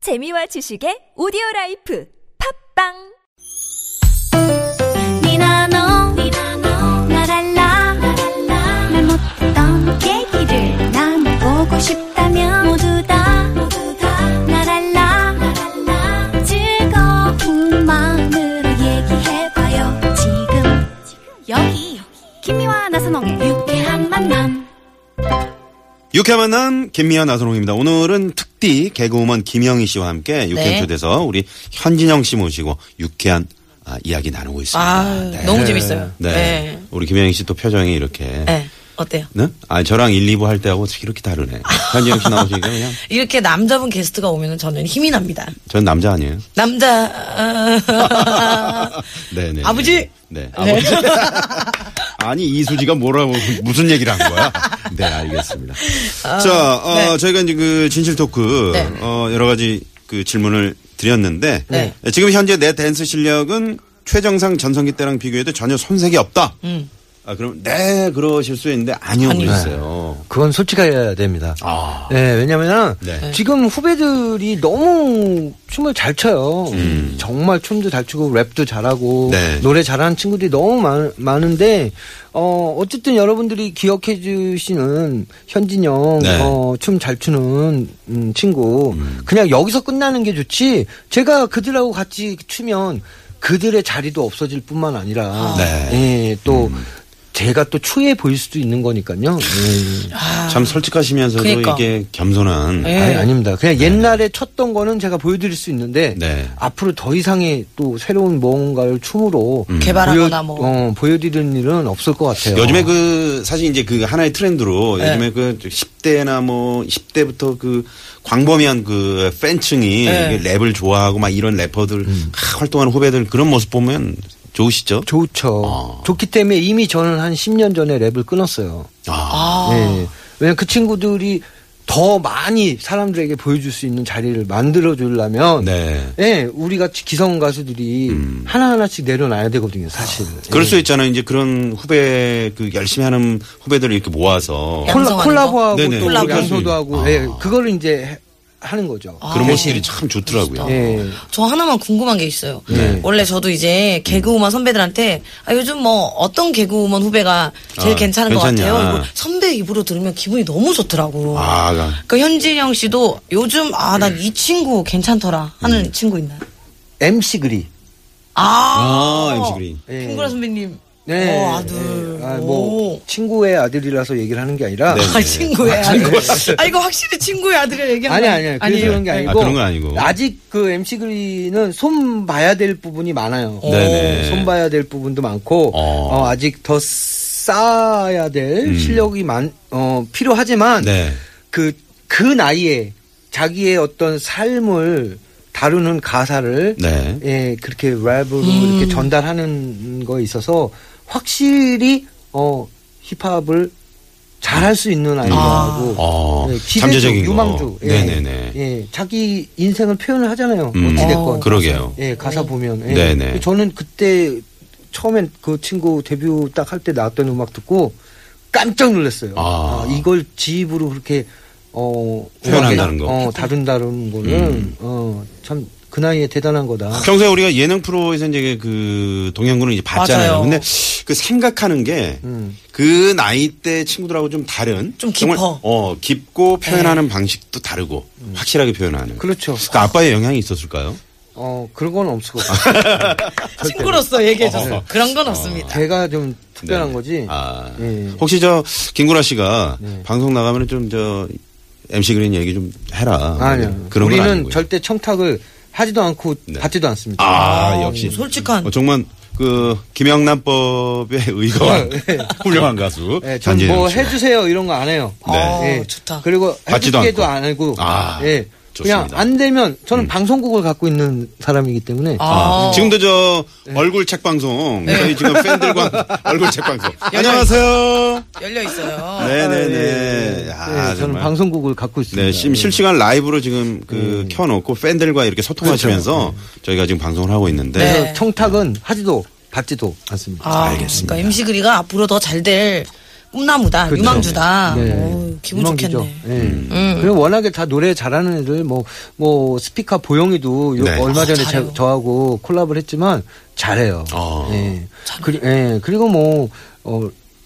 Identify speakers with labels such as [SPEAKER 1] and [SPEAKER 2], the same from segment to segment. [SPEAKER 1] 재미와 지식의 오디오 라이프 팝빵
[SPEAKER 2] 니나노 나랄라 말 못했던 얘기를 나눠보고 싶다면 모두 다 나랄라 즐거운 마음으로 얘기해봐요 지금 여기 김미와 나선홍의 유쾌한 만남
[SPEAKER 3] 유쾌 만남 김미연 나선홍입니다. 오늘은 특디 개그우먼 김영희 씨와 함께 유쾌한
[SPEAKER 4] 네.
[SPEAKER 3] 초대서 우리 현진영 씨 모시고 유쾌한 아, 이야기 나누고 있습니다.
[SPEAKER 4] 아, 너무 재밌어요.
[SPEAKER 3] 네.
[SPEAKER 4] 네.
[SPEAKER 3] 우리 김영희 씨 또 표정이 이렇게.
[SPEAKER 4] 네. 어때요?
[SPEAKER 3] 네? 아, 저랑 1, 2부 할 때하고 이렇게 다르네. 현진영 씨 나오시니까 그냥
[SPEAKER 4] 이렇게 남자분 게스트가 오면은 저는 힘이 납니다.
[SPEAKER 3] 전 남자 아니에요.
[SPEAKER 4] 남자
[SPEAKER 3] 네, 네.
[SPEAKER 4] 아버지?
[SPEAKER 3] 네. 아버지. 아니 이수지가 뭐라고 무슨 얘기를 한 거야? 네, 알겠습니다. 자, 어,
[SPEAKER 4] 네.
[SPEAKER 3] 저희가 이제 그 진실 토크
[SPEAKER 4] 네.
[SPEAKER 3] 어, 여러 가지 그 질문을 드렸는데
[SPEAKER 4] 네.
[SPEAKER 3] 지금 현재 내 댄스 실력은 최정상 전성기 때랑 비교해도 전혀 손색이 없다.
[SPEAKER 4] 음.
[SPEAKER 3] 아, 그럼 네 그러실 수 있는데 아니요
[SPEAKER 4] 네.
[SPEAKER 3] 그랬어요.
[SPEAKER 5] 그건 솔직해야 됩니다. 네, 왜냐면은
[SPEAKER 3] 아. 네.
[SPEAKER 5] 지금 후배들이 너무 춤을 잘 춰요. 정말 춤도 잘 추고 랩도 잘하고
[SPEAKER 3] 음. 네.
[SPEAKER 5] 노래 잘하는 친구들이 너무 많, 많은데 어 어쨌든 여러분들이 기억해 주시는 현진영
[SPEAKER 3] 네.
[SPEAKER 5] 어, 춤 잘 추는 음, 친구 그냥 여기서 끝나는 게 좋지. 제가 그들하고 같이 추면 그들의 자리도 없어질 뿐만 아니라
[SPEAKER 3] 네.
[SPEAKER 5] 예, 또 제가 또 추해 보일 수도 있는 거니까요. 예.
[SPEAKER 4] 아,
[SPEAKER 3] 참 솔직하시면서도
[SPEAKER 4] 그러니까.
[SPEAKER 3] 이게 겸손한
[SPEAKER 4] 예.
[SPEAKER 5] 아니, 아닙니다. 그냥 옛날에 쳤던 거는 제가 보여드릴 수 있는데
[SPEAKER 3] 네.
[SPEAKER 5] 앞으로 더 이상의 또 새로운 뭔가를 춤으로
[SPEAKER 4] 개발하거나
[SPEAKER 5] 보여,
[SPEAKER 4] 뭐.
[SPEAKER 5] 어, 보여드리는 일은 없을 것 같아요.
[SPEAKER 3] 음. 요즘에 그 사실 이제 그 하나의 트렌드로 요즘에 그 10대나 뭐 10대부터 그 광범위한 그 팬층이
[SPEAKER 4] 네.
[SPEAKER 3] 이게 랩을 좋아하고 막 이런 래퍼들 아, 활동하는 후배들 그런 모습 보면 좋으시죠?
[SPEAKER 5] 좋죠.
[SPEAKER 3] 어.
[SPEAKER 5] 좋기 때문에 이미 저는 한 10년 전에 랩을 끊었어요.
[SPEAKER 3] 아,
[SPEAKER 4] 아,
[SPEAKER 5] 예. 왜냐 그 친구들이 더 많이 사람들에게 보여줄 수 있는 자리를 만들어 주려면
[SPEAKER 3] 네. 음.
[SPEAKER 5] 예, 우리 같이 기성 가수들이 하나하나씩 내려놔야 되거든요, 사실.
[SPEAKER 3] 그럴
[SPEAKER 5] 예.
[SPEAKER 3] 수 있잖아요. 이제 그런 후배 그 열심히 하는 후배들을 이렇게 모아서
[SPEAKER 4] 야.
[SPEAKER 5] 콜라,
[SPEAKER 4] 양성하는
[SPEAKER 5] 콜라보하고
[SPEAKER 3] 거? 네네.
[SPEAKER 5] 또
[SPEAKER 3] 콜라보.
[SPEAKER 5] 양소도 하고
[SPEAKER 3] 아.
[SPEAKER 5] 예, 그거를 이제 해- 하는 거죠.
[SPEAKER 3] 그런
[SPEAKER 4] 아,
[SPEAKER 3] 모습들이 참 좋더라고요.
[SPEAKER 5] 예.
[SPEAKER 4] 네. 저 하나만 궁금한 게 있어요.
[SPEAKER 5] 네.
[SPEAKER 4] 원래 저도 이제 개그우먼 선배들한테 아, 요즘 뭐 어떤 개그우먼 후배가 제일
[SPEAKER 3] 아,
[SPEAKER 4] 괜찮은
[SPEAKER 3] 괜찮냐.
[SPEAKER 4] 것 같아요. 이거 선배 입으로 들으면 기분이 너무 좋더라고.
[SPEAKER 3] 아, 네. 그러니까.
[SPEAKER 4] 그러니까 현진영 씨도 요즘 아, 난 이 친구 괜찮더라
[SPEAKER 3] 음.
[SPEAKER 4] 하는 친구 있나요?
[SPEAKER 5] MC 그리.
[SPEAKER 4] 아,
[SPEAKER 3] 아, MC 그린.
[SPEAKER 5] 예.
[SPEAKER 4] 김구라 선배님.
[SPEAKER 5] 네.
[SPEAKER 4] 어, 아들.
[SPEAKER 5] 예. 아, 뭐
[SPEAKER 4] 오.
[SPEAKER 5] 친구의 아들이라서 얘기를 하는 게 아니라
[SPEAKER 3] 네.
[SPEAKER 4] 아, 친구의 아들. 아, 이거 확실히 친구의 아들을 얘기한
[SPEAKER 5] 아니
[SPEAKER 4] 거야?
[SPEAKER 5] 아니 그래서 그런 게 아니고
[SPEAKER 3] 아, 그런 건 아니고.
[SPEAKER 5] 직그 MC 그리는 손 봐야 될 부분이 많아요.
[SPEAKER 3] 네네.
[SPEAKER 5] 손 봐야 될 부분도 많고
[SPEAKER 3] 어. 음.
[SPEAKER 5] 어, 아직 더 쌓아야 될 실력이 많 어, 필요하지만
[SPEAKER 3] 네.
[SPEAKER 5] 그, 그 나이에 자기의 어떤 삶을 다루는 가사를
[SPEAKER 3] 네.
[SPEAKER 5] 예, 그렇게 랩으로 이렇게 전달하는 거에 있어서 확실히 어, 힙합을 잘 할 수 있는 아이라고
[SPEAKER 3] 어,
[SPEAKER 5] 예, 기대죠,
[SPEAKER 3] 잠재적인 거.
[SPEAKER 5] 유망주. 예,
[SPEAKER 3] 네네네.
[SPEAKER 5] 예, 자기 인생을 표현을 하잖아요.
[SPEAKER 3] 음.
[SPEAKER 5] 어찌됐건.
[SPEAKER 3] 그러게요.
[SPEAKER 5] 예, 가사 보면. 예.
[SPEAKER 3] 네네.
[SPEAKER 5] 저는 그때 처음엔 그 친구 데뷔 딱 할 때 나왔던 음악 듣고 깜짝 놀랐어요.
[SPEAKER 3] 아.
[SPEAKER 5] 아, 이걸 지입으로 그렇게 어
[SPEAKER 3] 표현한다는 거.
[SPEAKER 5] 어, 다룬다는 거는
[SPEAKER 3] 음.
[SPEAKER 5] 어, 참 그 나이에 대단한 거다.
[SPEAKER 3] 평소에 우리가 예능 프로에서 이제 그 동양군을 이제 봤잖아요.
[SPEAKER 4] 맞아요.
[SPEAKER 3] 근데 그 생각하는 게 그
[SPEAKER 5] 음.
[SPEAKER 3] 나이 때 친구들하고 좀 다른
[SPEAKER 4] 좀
[SPEAKER 3] 정말,
[SPEAKER 4] 깊어.
[SPEAKER 3] 어, 깊고 표현하는 방식도 다르고 확실하게 표현하는.
[SPEAKER 5] 네. 음. 그렇죠.
[SPEAKER 3] 그러니까 아빠의 영향이 있었을까요?
[SPEAKER 5] 어, 그런 건 없을 것 같아요.
[SPEAKER 4] 친구로서
[SPEAKER 5] 어.
[SPEAKER 4] 얘기해줘서. 그런 건 없습니다.
[SPEAKER 5] 제가 좀 특별한
[SPEAKER 3] 네.
[SPEAKER 5] 거지.
[SPEAKER 3] 아.
[SPEAKER 5] 예.
[SPEAKER 3] 혹시 저 김구라 씨가
[SPEAKER 5] 네.
[SPEAKER 3] 방송 나가면 좀 저 MC 그린 얘기 좀 해라.
[SPEAKER 5] 아니요.
[SPEAKER 3] 그런 건
[SPEAKER 5] 우리는
[SPEAKER 3] 아니고요. 네.
[SPEAKER 5] 절대 청탁을 하지도 않고 받지도 않습니다.
[SPEAKER 3] 아, 역시
[SPEAKER 4] 솔직한.
[SPEAKER 3] 어, 정말 그 김영란법에 의거한 훌륭한 가수
[SPEAKER 5] 예,
[SPEAKER 3] 전진영
[SPEAKER 5] 네. 전뭐
[SPEAKER 3] 씨가.
[SPEAKER 5] 해주세요 이런 거 안 해요.
[SPEAKER 3] 네.
[SPEAKER 4] 아,
[SPEAKER 5] 예.
[SPEAKER 4] 좋다.
[SPEAKER 5] 그리고
[SPEAKER 3] 받지도
[SPEAKER 5] 해주게도
[SPEAKER 3] 않고.
[SPEAKER 5] 안 하고,
[SPEAKER 3] 아,
[SPEAKER 5] 예.
[SPEAKER 3] 좋습니다.
[SPEAKER 5] 그냥
[SPEAKER 3] 음.
[SPEAKER 5] 안 되면 저는 방송국을 갖고 있는 사람이기 때문에
[SPEAKER 4] 아,
[SPEAKER 3] 지금도 저 얼굴 책 방송 저희 지금 팬들과 얼굴 책 방송 안녕하세요.
[SPEAKER 4] 열려
[SPEAKER 3] 네.
[SPEAKER 4] 있어요.
[SPEAKER 3] 네네네. 아,
[SPEAKER 5] 예, 저는
[SPEAKER 3] 정말.
[SPEAKER 5] 방송국을 갖고 있습니다.
[SPEAKER 3] 네, 심, 실시간 라이브로 지금 그 켜놓고 팬들과 이렇게 소통하시면서 저희가 지금 방송을 하고 있는데
[SPEAKER 5] 그래서
[SPEAKER 4] 네.
[SPEAKER 5] 청탁은 하지도 받지도 않습니다.
[SPEAKER 4] 아,
[SPEAKER 3] 알겠습니다.
[SPEAKER 4] 그러니까 MC 그리가 앞으로 더 잘 될 꿈나무다,
[SPEAKER 5] 그렇죠.
[SPEAKER 4] 유망주다.
[SPEAKER 5] 네.
[SPEAKER 4] 어우, 기분
[SPEAKER 5] 유망주죠.
[SPEAKER 4] 좋겠네. 음.
[SPEAKER 5] 예. 그리고 워낙에 다 노래 잘하는 애들 뭐 뭐 스피커 보영이도 요-
[SPEAKER 3] 네.
[SPEAKER 5] 얼마 전에
[SPEAKER 4] 아, 잘해요.
[SPEAKER 5] 저, 하고 콜라보를 했지만 잘해요.
[SPEAKER 3] 어.
[SPEAKER 5] 예. 그리, 고뭐 어,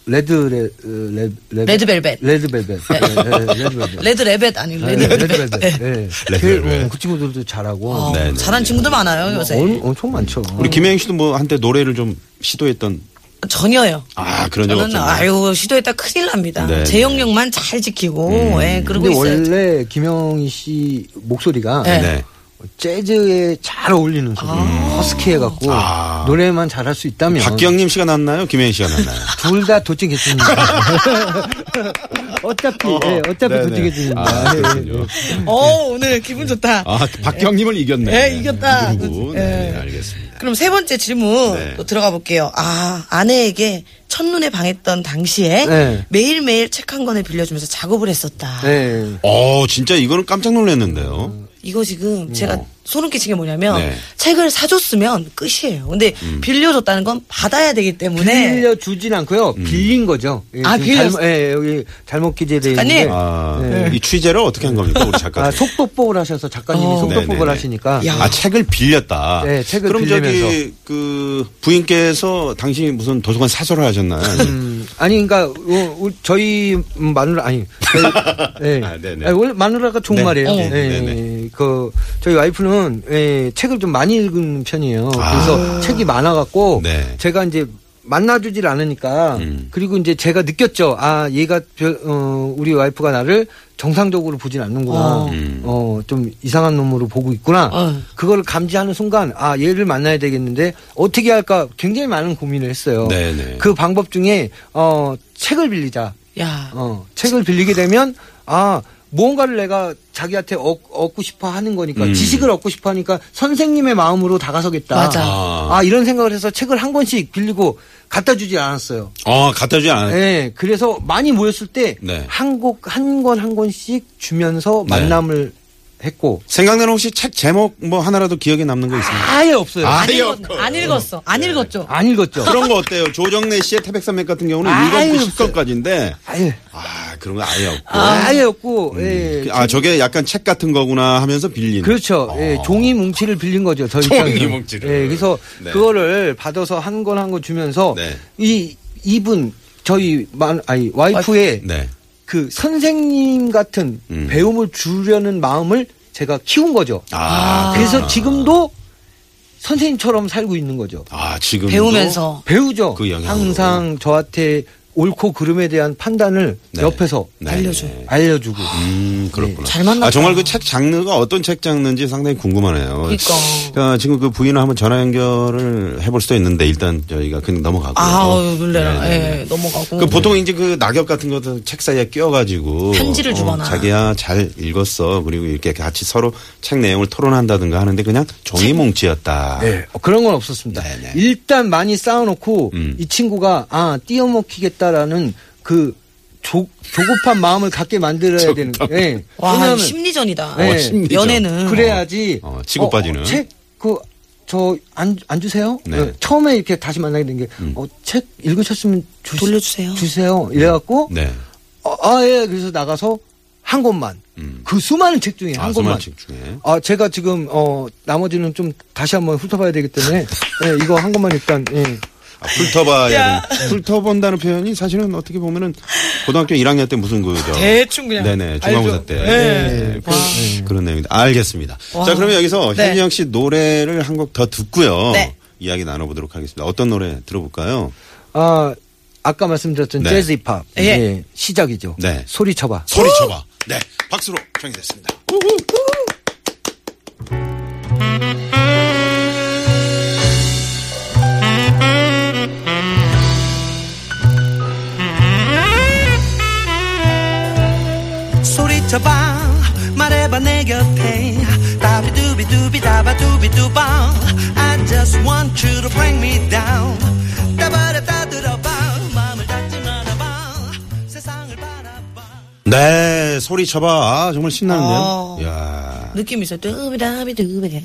[SPEAKER 5] 레드 레, 레, 레,
[SPEAKER 4] 레드벨벳. 네.
[SPEAKER 5] 레드벨벳. 예, 예, 레드벨벳.
[SPEAKER 4] 레드 레벳 아니고
[SPEAKER 5] 예,
[SPEAKER 4] 레드 레벳.
[SPEAKER 5] 레드벨벳.
[SPEAKER 4] 네.
[SPEAKER 5] 예.
[SPEAKER 3] 레드벨벳.
[SPEAKER 5] 그, 어, 그 친구들도 잘하고
[SPEAKER 4] 어,
[SPEAKER 3] 네, 네,
[SPEAKER 4] 잘하는 친구들 많아요 요새.
[SPEAKER 5] 엄- 엄청 많죠.
[SPEAKER 3] 우리 김혜영 씨도 뭐 한때 노래를 좀 시도했던
[SPEAKER 4] 전혀요.
[SPEAKER 3] 아 그런 적
[SPEAKER 4] 저는
[SPEAKER 3] 없잖아요.
[SPEAKER 4] 아유 시도했다 큰일 납니다.
[SPEAKER 3] 네, 음.
[SPEAKER 4] 제
[SPEAKER 3] 네.
[SPEAKER 4] 영역만 잘 지키고 예, 그러고
[SPEAKER 5] 근데
[SPEAKER 4] 있어요.
[SPEAKER 5] 원래 김영희 씨 목소리가
[SPEAKER 4] 네.
[SPEAKER 3] 네.
[SPEAKER 5] 재즈에 잘 어울리는 소리. 허스키해갖고
[SPEAKER 3] 아.
[SPEAKER 5] 노래만 잘할 수 있다면
[SPEAKER 3] 네. 박기영님 씨가 났나요? 김혜영 씨가 났나요?
[SPEAKER 5] 둘다 도찐개찐입니다. 어차피 예, 어차피
[SPEAKER 3] 네네.
[SPEAKER 5] 도찐개찐입니다.
[SPEAKER 3] 아,
[SPEAKER 5] 예,
[SPEAKER 3] 그렇군요.
[SPEAKER 4] 어 오늘 기분 좋다.
[SPEAKER 3] 아, 박경님을 이겼네.
[SPEAKER 4] 네, 이겼다.
[SPEAKER 3] 누구? 네,
[SPEAKER 4] 네.
[SPEAKER 3] 네, 알겠습니다.
[SPEAKER 4] 그럼 세 번째 질문
[SPEAKER 3] 네.
[SPEAKER 4] 또 들어가 볼게요. 아 아내에게 첫눈에 방했던 당시에
[SPEAKER 5] 네.
[SPEAKER 4] 매일매일 책 한 권을 빌려주면서 작업을 했었다.
[SPEAKER 5] 예.
[SPEAKER 3] 어, 진짜 이거는 깜짝 놀랐는데요.
[SPEAKER 4] 이거 지금 제가 소름 끼친 게 뭐냐면
[SPEAKER 3] 음. 네. 음.
[SPEAKER 4] 책을 사줬으면 끝이에요. 근데 빌려줬다는 건 받아야 되기 때문에
[SPEAKER 5] 빌려주진 않고요.
[SPEAKER 3] 음.
[SPEAKER 5] 빌린 거죠.
[SPEAKER 4] 네.
[SPEAKER 5] 예,
[SPEAKER 4] 아,
[SPEAKER 5] 지금
[SPEAKER 4] 빌렸-
[SPEAKER 5] 잘못- 예, 여기 잘못 기재돼
[SPEAKER 4] 작가님!
[SPEAKER 5] 있는데
[SPEAKER 3] 아, 이 취재를 어떻게 한 겁니까, 우리 작가?
[SPEAKER 5] 네. 아, 속도법을 하셔서 작가님이
[SPEAKER 4] 어.
[SPEAKER 5] 속도법을
[SPEAKER 3] 네네네.
[SPEAKER 5] 하시니까
[SPEAKER 4] 야.
[SPEAKER 3] 아, 책을 빌렸다.
[SPEAKER 5] 네, 책을
[SPEAKER 3] 그럼 저기
[SPEAKER 5] 빌리면서.
[SPEAKER 3] 그 부인께서 당신이 무슨 도서관 사설을 하셨나요?
[SPEAKER 5] 음, 아니 그러니까 어, 우리 저희 음, 마누라 아니 저희, 예.
[SPEAKER 3] 아, 네네.
[SPEAKER 5] 아니, 원래 마누라가 좋은
[SPEAKER 3] 네.
[SPEAKER 5] 말이에요.
[SPEAKER 3] 어.
[SPEAKER 5] 예,
[SPEAKER 3] 네네.
[SPEAKER 5] 예. 그 저희 와이프는 예, 책을 좀 많이 읽는 편이에요. 그래서 책이 많아갖고
[SPEAKER 3] 아. 네.
[SPEAKER 5] 제가 이제 만나주질 않으니까
[SPEAKER 3] 음.
[SPEAKER 5] 그리고 이제 제가 느꼈죠. 아 얘가 별- 어, 우리 와이프가 나를 정상적으로 보진 않는구나.
[SPEAKER 4] 어.
[SPEAKER 3] 음.
[SPEAKER 5] 어, 좀 이상한 놈으로 보고 있구나.
[SPEAKER 4] 어.
[SPEAKER 5] 그걸 감지하는 순간, 아, 얘를 만나야 되겠는데, 어떻게 할까 굉장히 많은 고민을 했어요.
[SPEAKER 3] 네네.
[SPEAKER 5] 그 방법 중에, 어, 책을 빌리자.
[SPEAKER 4] 야
[SPEAKER 5] 어, 책을 빌리게 되면, 아, 무언가를 내가 자기한테 얻, 얻고 싶어 하는 거니까,
[SPEAKER 3] 음.
[SPEAKER 5] 지식을 얻고 싶어 하니까, 선생님의 마음으로 다가서겠다.
[SPEAKER 4] 맞아.
[SPEAKER 5] 아, 이런 생각을 해서 책을 한 권씩 빌리고 갖다 주지 않았어요.
[SPEAKER 3] 어, 갖다 주지
[SPEAKER 5] 예,
[SPEAKER 3] 않았
[SPEAKER 5] 그래서 많이 모였을 때,
[SPEAKER 3] 네.
[SPEAKER 5] 한 곡, 한 권 한 권씩 주면서
[SPEAKER 3] 네.
[SPEAKER 5] 만남을 했고,
[SPEAKER 3] 생각나는 혹시 책 제목 뭐 하나라도 기억에 남는 거 있습니까?
[SPEAKER 5] 아예 없어요.
[SPEAKER 3] 아,
[SPEAKER 4] 안,
[SPEAKER 3] 아예
[SPEAKER 4] 읽었,
[SPEAKER 3] 없고.
[SPEAKER 4] 안 읽었어. 안
[SPEAKER 3] 네.
[SPEAKER 4] 읽었죠.
[SPEAKER 3] 아,
[SPEAKER 5] 안 읽었죠.
[SPEAKER 3] 그런 거 어때요? 조정래 씨의 태백산맥 같은 경우는
[SPEAKER 5] 아유,
[SPEAKER 3] 1권부터
[SPEAKER 5] 없어요.
[SPEAKER 3] 10권까지인데,
[SPEAKER 5] 아예
[SPEAKER 3] 아, 그런 거 아예 없고.
[SPEAKER 5] 아예 없고 예.
[SPEAKER 3] 아, 저게 약간 책 같은 거구나 하면서 어. 빌린. 아.
[SPEAKER 5] 그렇죠. 예, 종이 뭉치를 빌린 거죠. 저
[SPEAKER 3] 종이
[SPEAKER 5] 입장에서.
[SPEAKER 3] 뭉치를.
[SPEAKER 5] 예, 그래서
[SPEAKER 3] 네.
[SPEAKER 5] 그거를 받아서 한 권 한 권 주면서
[SPEAKER 3] 네.
[SPEAKER 5] 이 이분 저희 만 아니 와이프의
[SPEAKER 3] 네.
[SPEAKER 5] 그 선생님 같은
[SPEAKER 3] 음.
[SPEAKER 5] 배움을 주려는 마음을 제가 키운 거죠.
[SPEAKER 3] 아,
[SPEAKER 5] 그래서 지금도 선생님처럼 살고 있는 거죠.
[SPEAKER 3] 아, 지금.
[SPEAKER 4] 배우면서
[SPEAKER 5] 배우죠.
[SPEAKER 3] 그 영향으로.
[SPEAKER 5] 항상 저한테 옳고 그름에 대한 판단을 옆에서
[SPEAKER 4] 알려줘요.
[SPEAKER 5] 알려주고.
[SPEAKER 3] 네. 음, 그렇구나.
[SPEAKER 4] 네, 잘 만났다.
[SPEAKER 3] 아, 정말 그 책 장르가 어떤 책 장르인지 상당히 궁금하네요.
[SPEAKER 4] 그러니까.
[SPEAKER 3] 자, 지금 그 부인을 한번 전화 연결을 해볼 수도 있는데 일단 저희가 그냥 넘어가고.
[SPEAKER 4] 아우 놀래라.
[SPEAKER 3] 네, 네,
[SPEAKER 4] 예, 넘어가고.
[SPEAKER 3] 그 보통 이제 그 낙엽 같은 것도 책 사이에 끼워가지고 어,
[SPEAKER 4] 편지를 주거나.
[SPEAKER 3] 자기야 잘 읽었어 그리고 이렇게 같이 서로 책 내용을 토론한다든가 하는데 그냥 종이 뭉치였다.
[SPEAKER 5] 네, 어, 그런 건 없었습니다.
[SPEAKER 3] 아, 네네.
[SPEAKER 5] 일단 많이 쌓아놓고
[SPEAKER 3] 음.
[SPEAKER 5] 이 친구가 아 띄어먹히겠다라는 그 조, 조급한 마음을 갖게 만들어야 되는. 예.
[SPEAKER 4] 와
[SPEAKER 5] 왜냐하면
[SPEAKER 4] 심리전이다.
[SPEAKER 5] 네. 어,
[SPEAKER 3] 심리전.
[SPEAKER 4] 연애는
[SPEAKER 5] 그래야지.
[SPEAKER 3] 어, 어, 치고 빠지는.
[SPEAKER 5] 그, 책그저안안 주세요?
[SPEAKER 3] 네. 음.
[SPEAKER 5] 예, 처음에 이렇게 다시 만나게 된 게 어 책 읽으셨으면 주,
[SPEAKER 4] 돌려주세요.
[SPEAKER 5] 주세요. 이래갖고
[SPEAKER 3] 네.
[SPEAKER 5] 어, 아, 예. 그래서 나가서 한 권만.
[SPEAKER 3] 음.
[SPEAKER 5] 그 수많은 책 중에 한
[SPEAKER 3] 아,
[SPEAKER 5] 권만.
[SPEAKER 3] 수많은 책 중에.
[SPEAKER 5] 아, 제가 지금, 어, 나머지는 좀 다시 한번 훑어봐야 되기 때문에, 예, 이거 한 권만 일단, 예.
[SPEAKER 3] 아, 훑어봐야 되는. 훑어본다는 표현이 사실은 어떻게 보면은 고등학교 1학년 때 무슨 그죠?
[SPEAKER 4] 대충 그냥
[SPEAKER 3] 네네 중간고사 때 네, 그, 런 내용인데 알겠습니다.
[SPEAKER 4] 와.
[SPEAKER 3] 자 그러면 여기서
[SPEAKER 4] 네.
[SPEAKER 3] 현지영 씨 노래를 한 곡 더 듣고요.
[SPEAKER 4] 네.
[SPEAKER 3] 이야기 나눠보도록 하겠습니다. 어떤 노래 들어볼까요?
[SPEAKER 5] 아, 아까 말씀드렸던
[SPEAKER 3] 네.
[SPEAKER 5] 재즈 힙합.
[SPEAKER 4] 예.
[SPEAKER 5] 예. 시작이죠.
[SPEAKER 3] 네.
[SPEAKER 5] 소리쳐봐.
[SPEAKER 3] 소리 쳐봐. 네 박수로 정리됐습니다.
[SPEAKER 6] 소리쳐봐 말해봐 내 곁에 다비두비두비 다바두비두바 I just want you to bring me down 따바라 따들어봐 마음을 닫지 말아봐 세상을 바라봐
[SPEAKER 3] 네 소리 쳐봐. 아, 정말 신나는데요.
[SPEAKER 4] 어.
[SPEAKER 3] 야
[SPEAKER 4] 느낌 있어요.
[SPEAKER 3] 네.
[SPEAKER 4] 뚜비다비두비다.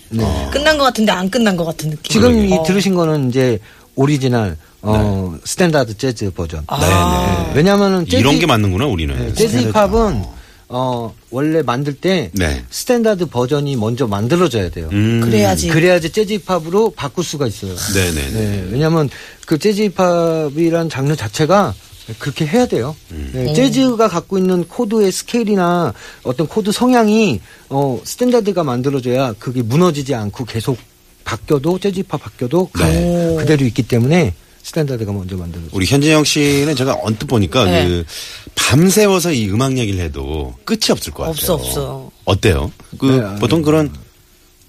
[SPEAKER 4] 끝난 것 같은데 안 끝난 것 같은 느낌.
[SPEAKER 5] 지금 이
[SPEAKER 4] 어.
[SPEAKER 5] 들으신 거는 이제 오리지널 어, 스탠다드 재즈 버전.
[SPEAKER 3] 네, 네.
[SPEAKER 5] 왜냐면은 재즈,
[SPEAKER 3] 이런 게 맞는구나 우리는.
[SPEAKER 5] 네, 재즈 힙합은 어, 원래 만들 때
[SPEAKER 3] 네.
[SPEAKER 5] 스탠다드 버전이 먼저 만들어져야 돼요.
[SPEAKER 3] 음.
[SPEAKER 4] 그래야지.
[SPEAKER 5] 그래야지 재즈 힙합으로 바꿀 수가 있어요.
[SPEAKER 3] 네네. 네.
[SPEAKER 5] 네, 왜냐면 그 재즈 힙합이란 장르 자체가 그렇게 해야 돼요.
[SPEAKER 3] 음.
[SPEAKER 5] 네, 재즈가 갖고 있는 코드의 스케일이나 어떤 코드 성향이 어 스탠다드가 만들어져야 그게 무너지지 않고 계속 바뀌어도 재즈 힙합 바뀌어도 가-
[SPEAKER 3] 네.
[SPEAKER 5] 그대로 있기 때문에 스탠다드가 먼저 만들어져요.
[SPEAKER 3] 우리 현진영 씨는 제가 언뜻 보니까
[SPEAKER 4] 네.
[SPEAKER 3] 그 밤새워서 이 음악 얘기를 해도 끝이 없을 것 같아요.
[SPEAKER 4] 없어, 없어.
[SPEAKER 3] 어때요? 그
[SPEAKER 5] 네, 아니,
[SPEAKER 3] 보통 그런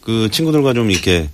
[SPEAKER 3] 그 친구들과 좀 이렇게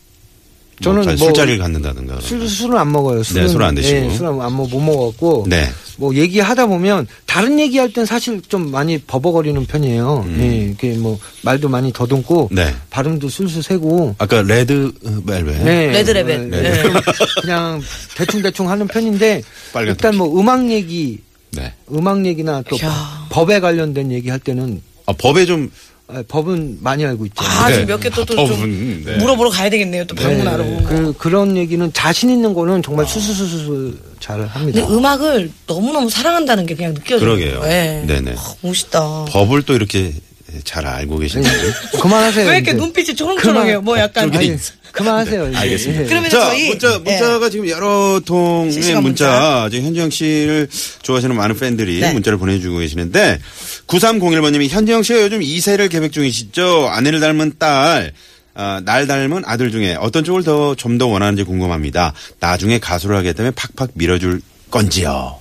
[SPEAKER 5] 저는
[SPEAKER 3] 뭐
[SPEAKER 5] 뭐
[SPEAKER 3] 술자리를 갖는다든가 그런
[SPEAKER 5] 술,
[SPEAKER 3] 거.
[SPEAKER 5] 술은 안 먹어요. 술은,
[SPEAKER 3] 술은 안 드시고.
[SPEAKER 5] 네, 술은 안, 먹- 못 먹었고.
[SPEAKER 3] 네.
[SPEAKER 5] 뭐 얘기하다 보면 다른 얘기할 땐 사실 좀 많이 버벅거리는 편이에요. 네, 이렇게 뭐 말도 많이 더듬고
[SPEAKER 3] 음. 네.
[SPEAKER 5] 발음도 술술 새고
[SPEAKER 3] 아까 레드 벨벳.
[SPEAKER 4] 레드레벨.
[SPEAKER 5] 네.
[SPEAKER 4] 네.
[SPEAKER 5] 좀 그냥 대충 대충 하는 편인데
[SPEAKER 3] 빨간
[SPEAKER 5] 일단 뭐 음악 얘기,
[SPEAKER 3] 네.
[SPEAKER 5] 음악 얘기나 또
[SPEAKER 4] 이야.
[SPEAKER 5] 법에 관련된 얘기 할 때는
[SPEAKER 3] 아, 법에 좀
[SPEAKER 5] 아, 법은 많이 알고 있죠.
[SPEAKER 4] 아,
[SPEAKER 3] 네.
[SPEAKER 4] 지금 몇 개 또 또 좀
[SPEAKER 3] 법은, 네.
[SPEAKER 4] 물어보러 가야 되겠네요. 또 방문하러.
[SPEAKER 5] 그 그런 얘기는 자신 있는 거는
[SPEAKER 3] 아.
[SPEAKER 5] 정말 수수수수 잘 합니다.
[SPEAKER 4] 근데 음악을 너무너무 사랑한다는 게 그냥 느껴져요.
[SPEAKER 3] 그러게요.
[SPEAKER 4] 네.
[SPEAKER 3] 네네.
[SPEAKER 4] 아, 멋있다.
[SPEAKER 3] 법을 또 이렇게 잘 알고 계시는
[SPEAKER 5] 네.
[SPEAKER 3] 요 네,
[SPEAKER 5] 그만하세요.
[SPEAKER 4] 왜 이렇게
[SPEAKER 5] 이제.
[SPEAKER 4] 눈빛이 초롱초롱해요? 뭐 약간.
[SPEAKER 5] 아니, 그만하세요. 이제.
[SPEAKER 3] 알겠습니다.
[SPEAKER 5] 예.
[SPEAKER 4] 그러면
[SPEAKER 3] 자,
[SPEAKER 4] 저희-
[SPEAKER 3] 문자, 문자가 지금 여러 통의 문자,
[SPEAKER 4] 실시간 문자.
[SPEAKER 3] 지금 현지영 씨를 좋아하시는 많은 팬들이
[SPEAKER 4] 네.
[SPEAKER 3] 문자를 보내주고 계시는데 9301번님이 현지영 씨가 요즘 2세를 계획 중이시죠? 아내를 닮은 딸, 아, 날 닮은 아들 중에 어떤 쪽을 더 좀 더 원하는지 궁금합니다. 나중에 가수를 하기 때문에 팍팍 밀어줄 건지요.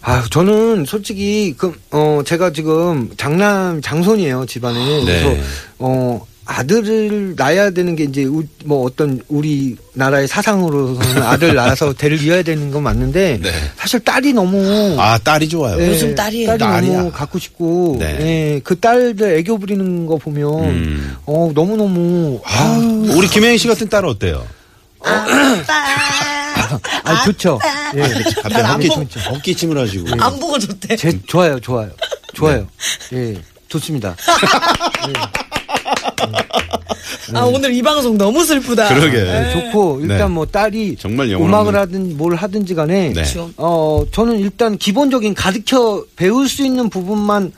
[SPEAKER 5] 아, 저는 솔직히 그, 어, 제가 지금 장남 장손이에요 집안에
[SPEAKER 3] 아, 네.
[SPEAKER 5] 그래서 어 아들을 낳아야 되는 게 이제 우- 뭐 어떤 우리 나라의 사상으로서는 아들 낳아서 대를 이어야 되는 건 맞는데
[SPEAKER 3] 네.
[SPEAKER 5] 사실 딸이 너무
[SPEAKER 3] 아, 딸이 좋아요.
[SPEAKER 5] 예,
[SPEAKER 4] 요즘 딸이-
[SPEAKER 5] 너무
[SPEAKER 3] 딸이야.
[SPEAKER 5] 갖고 싶고
[SPEAKER 3] 네.
[SPEAKER 5] 예, 그 딸들 애교 부리는 거 보면
[SPEAKER 3] 음.
[SPEAKER 5] 어 너무 너무 아,
[SPEAKER 3] 우리 김혜인 씨 같은 딸은 어때요?
[SPEAKER 5] 아 좋죠 예.
[SPEAKER 3] 갑자기
[SPEAKER 4] 안
[SPEAKER 3] 어깨,
[SPEAKER 4] 보-
[SPEAKER 3] 침- 어깨침을 하시고.
[SPEAKER 4] 안 보고 좋대.
[SPEAKER 5] 제 좋아요, 좋아요, 좋아요.
[SPEAKER 3] 네.
[SPEAKER 5] 예, 좋습니다.
[SPEAKER 4] 아, 오늘 이 방송 너무 슬프다.
[SPEAKER 3] 그러게.
[SPEAKER 5] 네, 좋고 일단
[SPEAKER 3] 네.
[SPEAKER 5] 뭐 딸이
[SPEAKER 3] 정말 영혼없는-
[SPEAKER 5] 음악을 하든 뭘 하든지 간에
[SPEAKER 3] 네.
[SPEAKER 4] 그렇죠.
[SPEAKER 5] 어 저는 일단 기본적인 가르쳐 배울 수 있는 부분만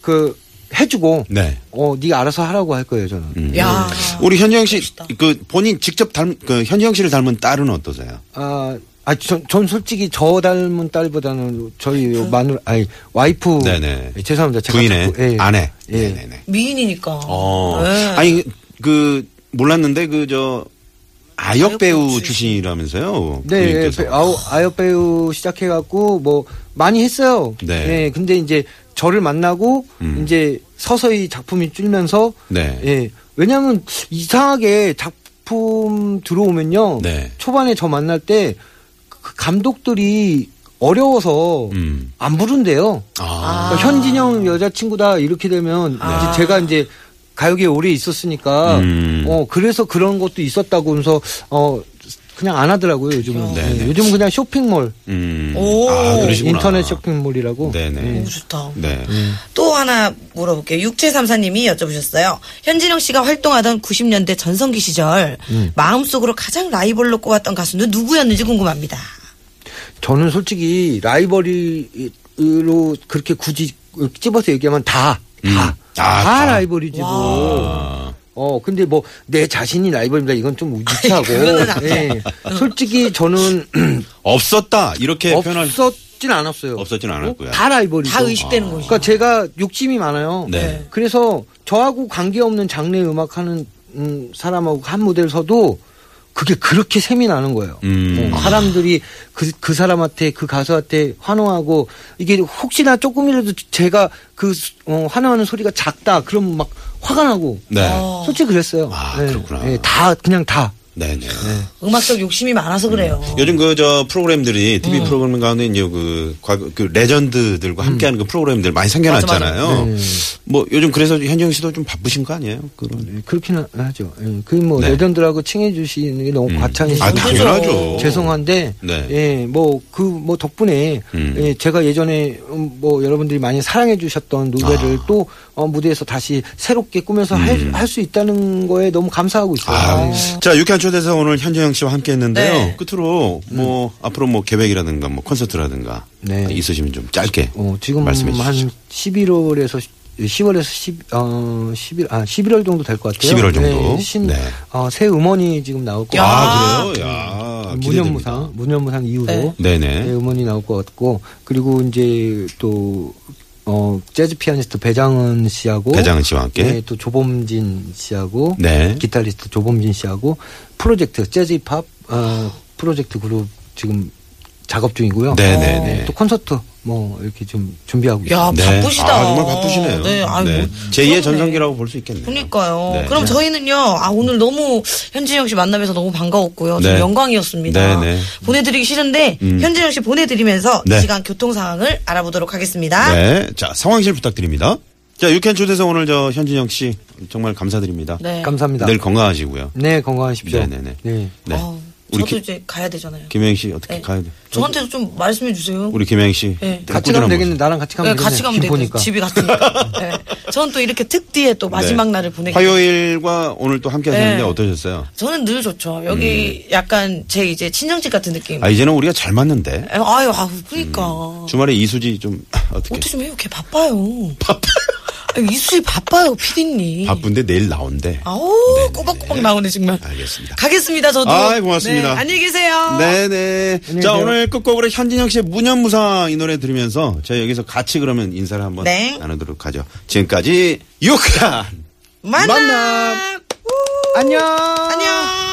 [SPEAKER 5] 그 해주고
[SPEAKER 3] 네. 음.
[SPEAKER 5] 어 네가 알아서 하라고 할 거예요 저는
[SPEAKER 4] 야.
[SPEAKER 3] 우리 현지영 씨 그 본인 직접 닮, 그 현지영 씨를 닮은 딸은 어떠세요?
[SPEAKER 5] 아 아전 전 솔직히 저 닮은 딸보다는 저희 요 마누라 아니 와이프
[SPEAKER 3] 네네.
[SPEAKER 5] 예, 죄송합니다 제가
[SPEAKER 3] 부인의
[SPEAKER 5] 자꾸- 예.
[SPEAKER 3] 아내.
[SPEAKER 5] 예.
[SPEAKER 3] 네네네.
[SPEAKER 4] 미인이니까.
[SPEAKER 3] 어.
[SPEAKER 4] 네.
[SPEAKER 3] 아니 그 몰랐는데 그 저 아역
[SPEAKER 4] 아역
[SPEAKER 3] 배우
[SPEAKER 4] 배우
[SPEAKER 3] 출신이라면서요.
[SPEAKER 5] 네,
[SPEAKER 3] 부인께서.
[SPEAKER 5] 배- 아우, 아역 배우 시작해갖고 뭐 많이 했어요.
[SPEAKER 3] 네.
[SPEAKER 5] 예, 근데 이제 저를 만나고
[SPEAKER 3] 음.
[SPEAKER 5] 이제 서서히 작품이 줄면서
[SPEAKER 3] 네.
[SPEAKER 5] 예, 왜냐하면 이상하게 작품 들어오면요.
[SPEAKER 3] 네.
[SPEAKER 5] 초반에 저 만날 때그 감독들이 어려워서
[SPEAKER 3] 음.
[SPEAKER 5] 안 부른대요.
[SPEAKER 3] 아.
[SPEAKER 5] 그러니까 현진영 여자친구다 이렇게 되면
[SPEAKER 4] 아.
[SPEAKER 5] 이제 제가 이제 가요계에 오래 있었으니까
[SPEAKER 3] 음.
[SPEAKER 5] 어 그래서 그런 것도 있었다고 하면서 어 그냥 안 하더라고요
[SPEAKER 4] 어.
[SPEAKER 5] 요즘은
[SPEAKER 3] 네, 네.
[SPEAKER 5] 요즘 은 그냥 쇼핑몰
[SPEAKER 3] 음.
[SPEAKER 4] 오.
[SPEAKER 3] 아, 그러시구나.
[SPEAKER 5] 인터넷 쇼핑몰이라고
[SPEAKER 3] 네네.
[SPEAKER 5] 예.
[SPEAKER 4] 너무 좋다.
[SPEAKER 3] 네.
[SPEAKER 4] 또 하나 물어볼게요. 6734님이 여쭤보셨어요. 현진영 씨가 활동하던 90년대 전성기 시절 마음속으로 가장 라이벌로 꼽았던 가수는 누구였는지 궁금합니다.
[SPEAKER 5] 저는 솔직히 라이벌이로 그렇게 굳이 찝어서 얘기하면 다
[SPEAKER 3] 음.
[SPEAKER 5] 다,
[SPEAKER 3] 아,
[SPEAKER 5] 다,
[SPEAKER 3] 다.
[SPEAKER 5] 라이벌이지 뭐.
[SPEAKER 3] 아.
[SPEAKER 5] 어 근데 뭐 내 자신이 라이벌입니다 이건 좀 우직하고
[SPEAKER 4] 그거는 안
[SPEAKER 5] 예. 솔직히 저는
[SPEAKER 3] 없었다 이렇게 표현할 수
[SPEAKER 5] 없었진 않았어요.
[SPEAKER 3] 없었진 않았고요.
[SPEAKER 5] 다 라이벌이죠.
[SPEAKER 4] 다 의식되는 거죠.
[SPEAKER 5] 그러니까 제가 욕심이 많아요.
[SPEAKER 3] 네.
[SPEAKER 5] 그래서 저하고 관계없는 장르 음악 하는 음, 사람하고 한 무대를 서도 그게 그렇게 샘이 나는 거예요.
[SPEAKER 3] 음.
[SPEAKER 5] 어, 사람들이 그, 그 사람한테 그 가수한테 환호하고 이게 혹시나 조금이라도 제가 그 수- 어, 환호하는 소리가 작다 그럼 막 화가 나고
[SPEAKER 3] 네.
[SPEAKER 5] 솔직히 그랬어요. 네.
[SPEAKER 3] 아, 그렇구나.
[SPEAKER 5] 다 그냥 다.
[SPEAKER 3] 네네.
[SPEAKER 4] 음악적 욕심이 많아서 그래요.
[SPEAKER 3] 요즘 그 저 프로그램들이 TV 프로그램 가운데 이제 그, 과거 그 레전드들과 함께하는 그 프로그램들 많이 생겨났잖아요. 뭐 요즘 그래서 현정 씨도 좀 바쁘신 거 아니에요? 그런.
[SPEAKER 5] 예, 그렇긴 하- 하죠. 예, 그뭐
[SPEAKER 3] 네.
[SPEAKER 5] 레전드라고 칭해 주시는 게 너무 과찬이시죠.
[SPEAKER 3] 아 당연하죠.
[SPEAKER 5] 네, 죄송한데
[SPEAKER 3] 네.
[SPEAKER 5] 예 뭐 그 뭐 덕분에
[SPEAKER 3] 음.
[SPEAKER 5] 예, 제가 예전에 음, 뭐 여러분들이 많이 사랑해 주셨던
[SPEAKER 3] 아.
[SPEAKER 5] 노래를 또 어, 무대에서 다시 새롭게 꾸며서 할 수 있다는 거에 너무 감사하고 있어요.
[SPEAKER 3] 음. 아,
[SPEAKER 5] 예.
[SPEAKER 3] 자, 유쾌한 초대사 오늘 현정영 씨와 함께 했는데요.
[SPEAKER 4] 네.
[SPEAKER 3] 끝으로 뭐 앞으로 뭐 계획이라든가 뭐 콘서트라든가
[SPEAKER 5] 네.
[SPEAKER 3] 있으시면 좀 짧게
[SPEAKER 5] 어, 지금
[SPEAKER 3] 말씀해 주시죠.
[SPEAKER 5] 한 11월에서 10월에서 10, 어, 11, 아, 11월 정도 될 것 같아요.
[SPEAKER 3] 11월 정도.
[SPEAKER 5] 네, 신,
[SPEAKER 3] 네.
[SPEAKER 5] 어, 새 음원이 지금 나올 것 같아요.
[SPEAKER 3] 아, 그래요? 야, 기대됩니다.
[SPEAKER 5] 무념무상, 무념무상 이후로
[SPEAKER 4] 네.
[SPEAKER 3] 네네.
[SPEAKER 5] 네, 음원이 나올 것 같고 그리고 이제 또 어, 재즈 피아니스트 배장은 씨하고
[SPEAKER 3] 배장은 씨와 함께.
[SPEAKER 5] 네, 또 조범진 씨하고
[SPEAKER 3] 네.
[SPEAKER 5] 기타리스트 조범진 씨하고 프로젝트 재즈 팝 어, 프로젝트 그룹 지금 작업 중이고요.
[SPEAKER 3] 네네네.
[SPEAKER 5] 또 콘서트 뭐 이렇게 좀 준비하고
[SPEAKER 4] 야,
[SPEAKER 5] 있습니다.
[SPEAKER 3] 네.
[SPEAKER 4] 바쁘시다.
[SPEAKER 3] 아, 정말 바쁘시네요.
[SPEAKER 4] 네, 아유, 뭐, 그러네.
[SPEAKER 3] 제2의 전성기라고 볼 수 있겠네요.
[SPEAKER 4] 그러니까요.
[SPEAKER 3] 네.
[SPEAKER 4] 그럼 저희는요. 아 오늘 너무 현진영 씨 만나면서 너무 반가웠고요. 좀
[SPEAKER 3] 네.
[SPEAKER 4] 영광이었습니다.
[SPEAKER 3] 네, 네.
[SPEAKER 4] 보내드리기 싫은데
[SPEAKER 3] 음.
[SPEAKER 4] 현진영 씨 보내드리면서
[SPEAKER 3] 네.
[SPEAKER 4] 이 시간 교통 상황을 알아보도록 하겠습니다.
[SPEAKER 3] 네. 자, 상황실 부탁드립니다. 자, 유캔 초대사 오늘 저 현진영 씨 정말 감사드립니다.
[SPEAKER 4] 네.
[SPEAKER 5] 감사합니다.
[SPEAKER 3] 늘 건강하시고요.
[SPEAKER 5] 네, 건강하십시오.
[SPEAKER 3] 네네네.
[SPEAKER 5] 네.
[SPEAKER 3] 네.
[SPEAKER 4] 어,
[SPEAKER 3] 우리 기-
[SPEAKER 4] 저도 이제 가야 되잖아요.
[SPEAKER 3] 김혜영 씨 어떻게
[SPEAKER 4] 네.
[SPEAKER 3] 가야 돼?
[SPEAKER 4] 저한테도 좀 말씀해 주세요.
[SPEAKER 3] 우리 김혜영 씨.
[SPEAKER 4] 네.
[SPEAKER 3] 되게
[SPEAKER 5] 같이 가면
[SPEAKER 3] 꾸준한
[SPEAKER 5] 되겠네.
[SPEAKER 3] 모습.
[SPEAKER 5] 나랑 같이
[SPEAKER 4] 네,
[SPEAKER 5] 가면
[SPEAKER 4] 같이 가면
[SPEAKER 5] 되겠네.
[SPEAKER 4] 되죠.
[SPEAKER 5] 집 보니까.
[SPEAKER 4] 집이 같으니까. 네. 저는 또 이렇게 특디에 또 마지막
[SPEAKER 3] 네.
[SPEAKER 4] 날을 보내기
[SPEAKER 3] 화요일과 오늘 또 함께 하셨는데
[SPEAKER 4] 네.
[SPEAKER 3] 어떠셨어요?
[SPEAKER 4] 저는 늘 좋죠. 여기 약간 제 이제 친정집 같은 느낌.
[SPEAKER 3] 음. 아, 이제는 음. 우리가 잘 맞는데.
[SPEAKER 4] 아유, 아유, 그니까.
[SPEAKER 3] 주말에 이수지 좀 어떻게.
[SPEAKER 4] 어떻게 좀 해요? 걔 바빠요. 바빠요? 이수지 바빠요, 피디님.
[SPEAKER 3] 바쁜데 내일 나온대.
[SPEAKER 4] 아우,
[SPEAKER 3] 네,
[SPEAKER 4] 꼬박꼬박 나오네, 정말.
[SPEAKER 3] 알겠습니다.
[SPEAKER 4] 가겠습니다, 저도.
[SPEAKER 3] 아이, 고맙습니다.
[SPEAKER 4] 네, 안녕히 계세요.
[SPEAKER 3] 네네. 자,
[SPEAKER 5] 계세요.
[SPEAKER 3] 오늘 끝곡으로 현진영 씨의 무념무상 이 노래 들으면서 저희 여기서 같이 그러면 인사를 한번
[SPEAKER 4] 네.
[SPEAKER 3] 나누도록 하죠. 지금까지 유쾌한
[SPEAKER 4] 만남.
[SPEAKER 3] 만남.
[SPEAKER 4] 우,
[SPEAKER 5] 안녕.
[SPEAKER 4] 안녕.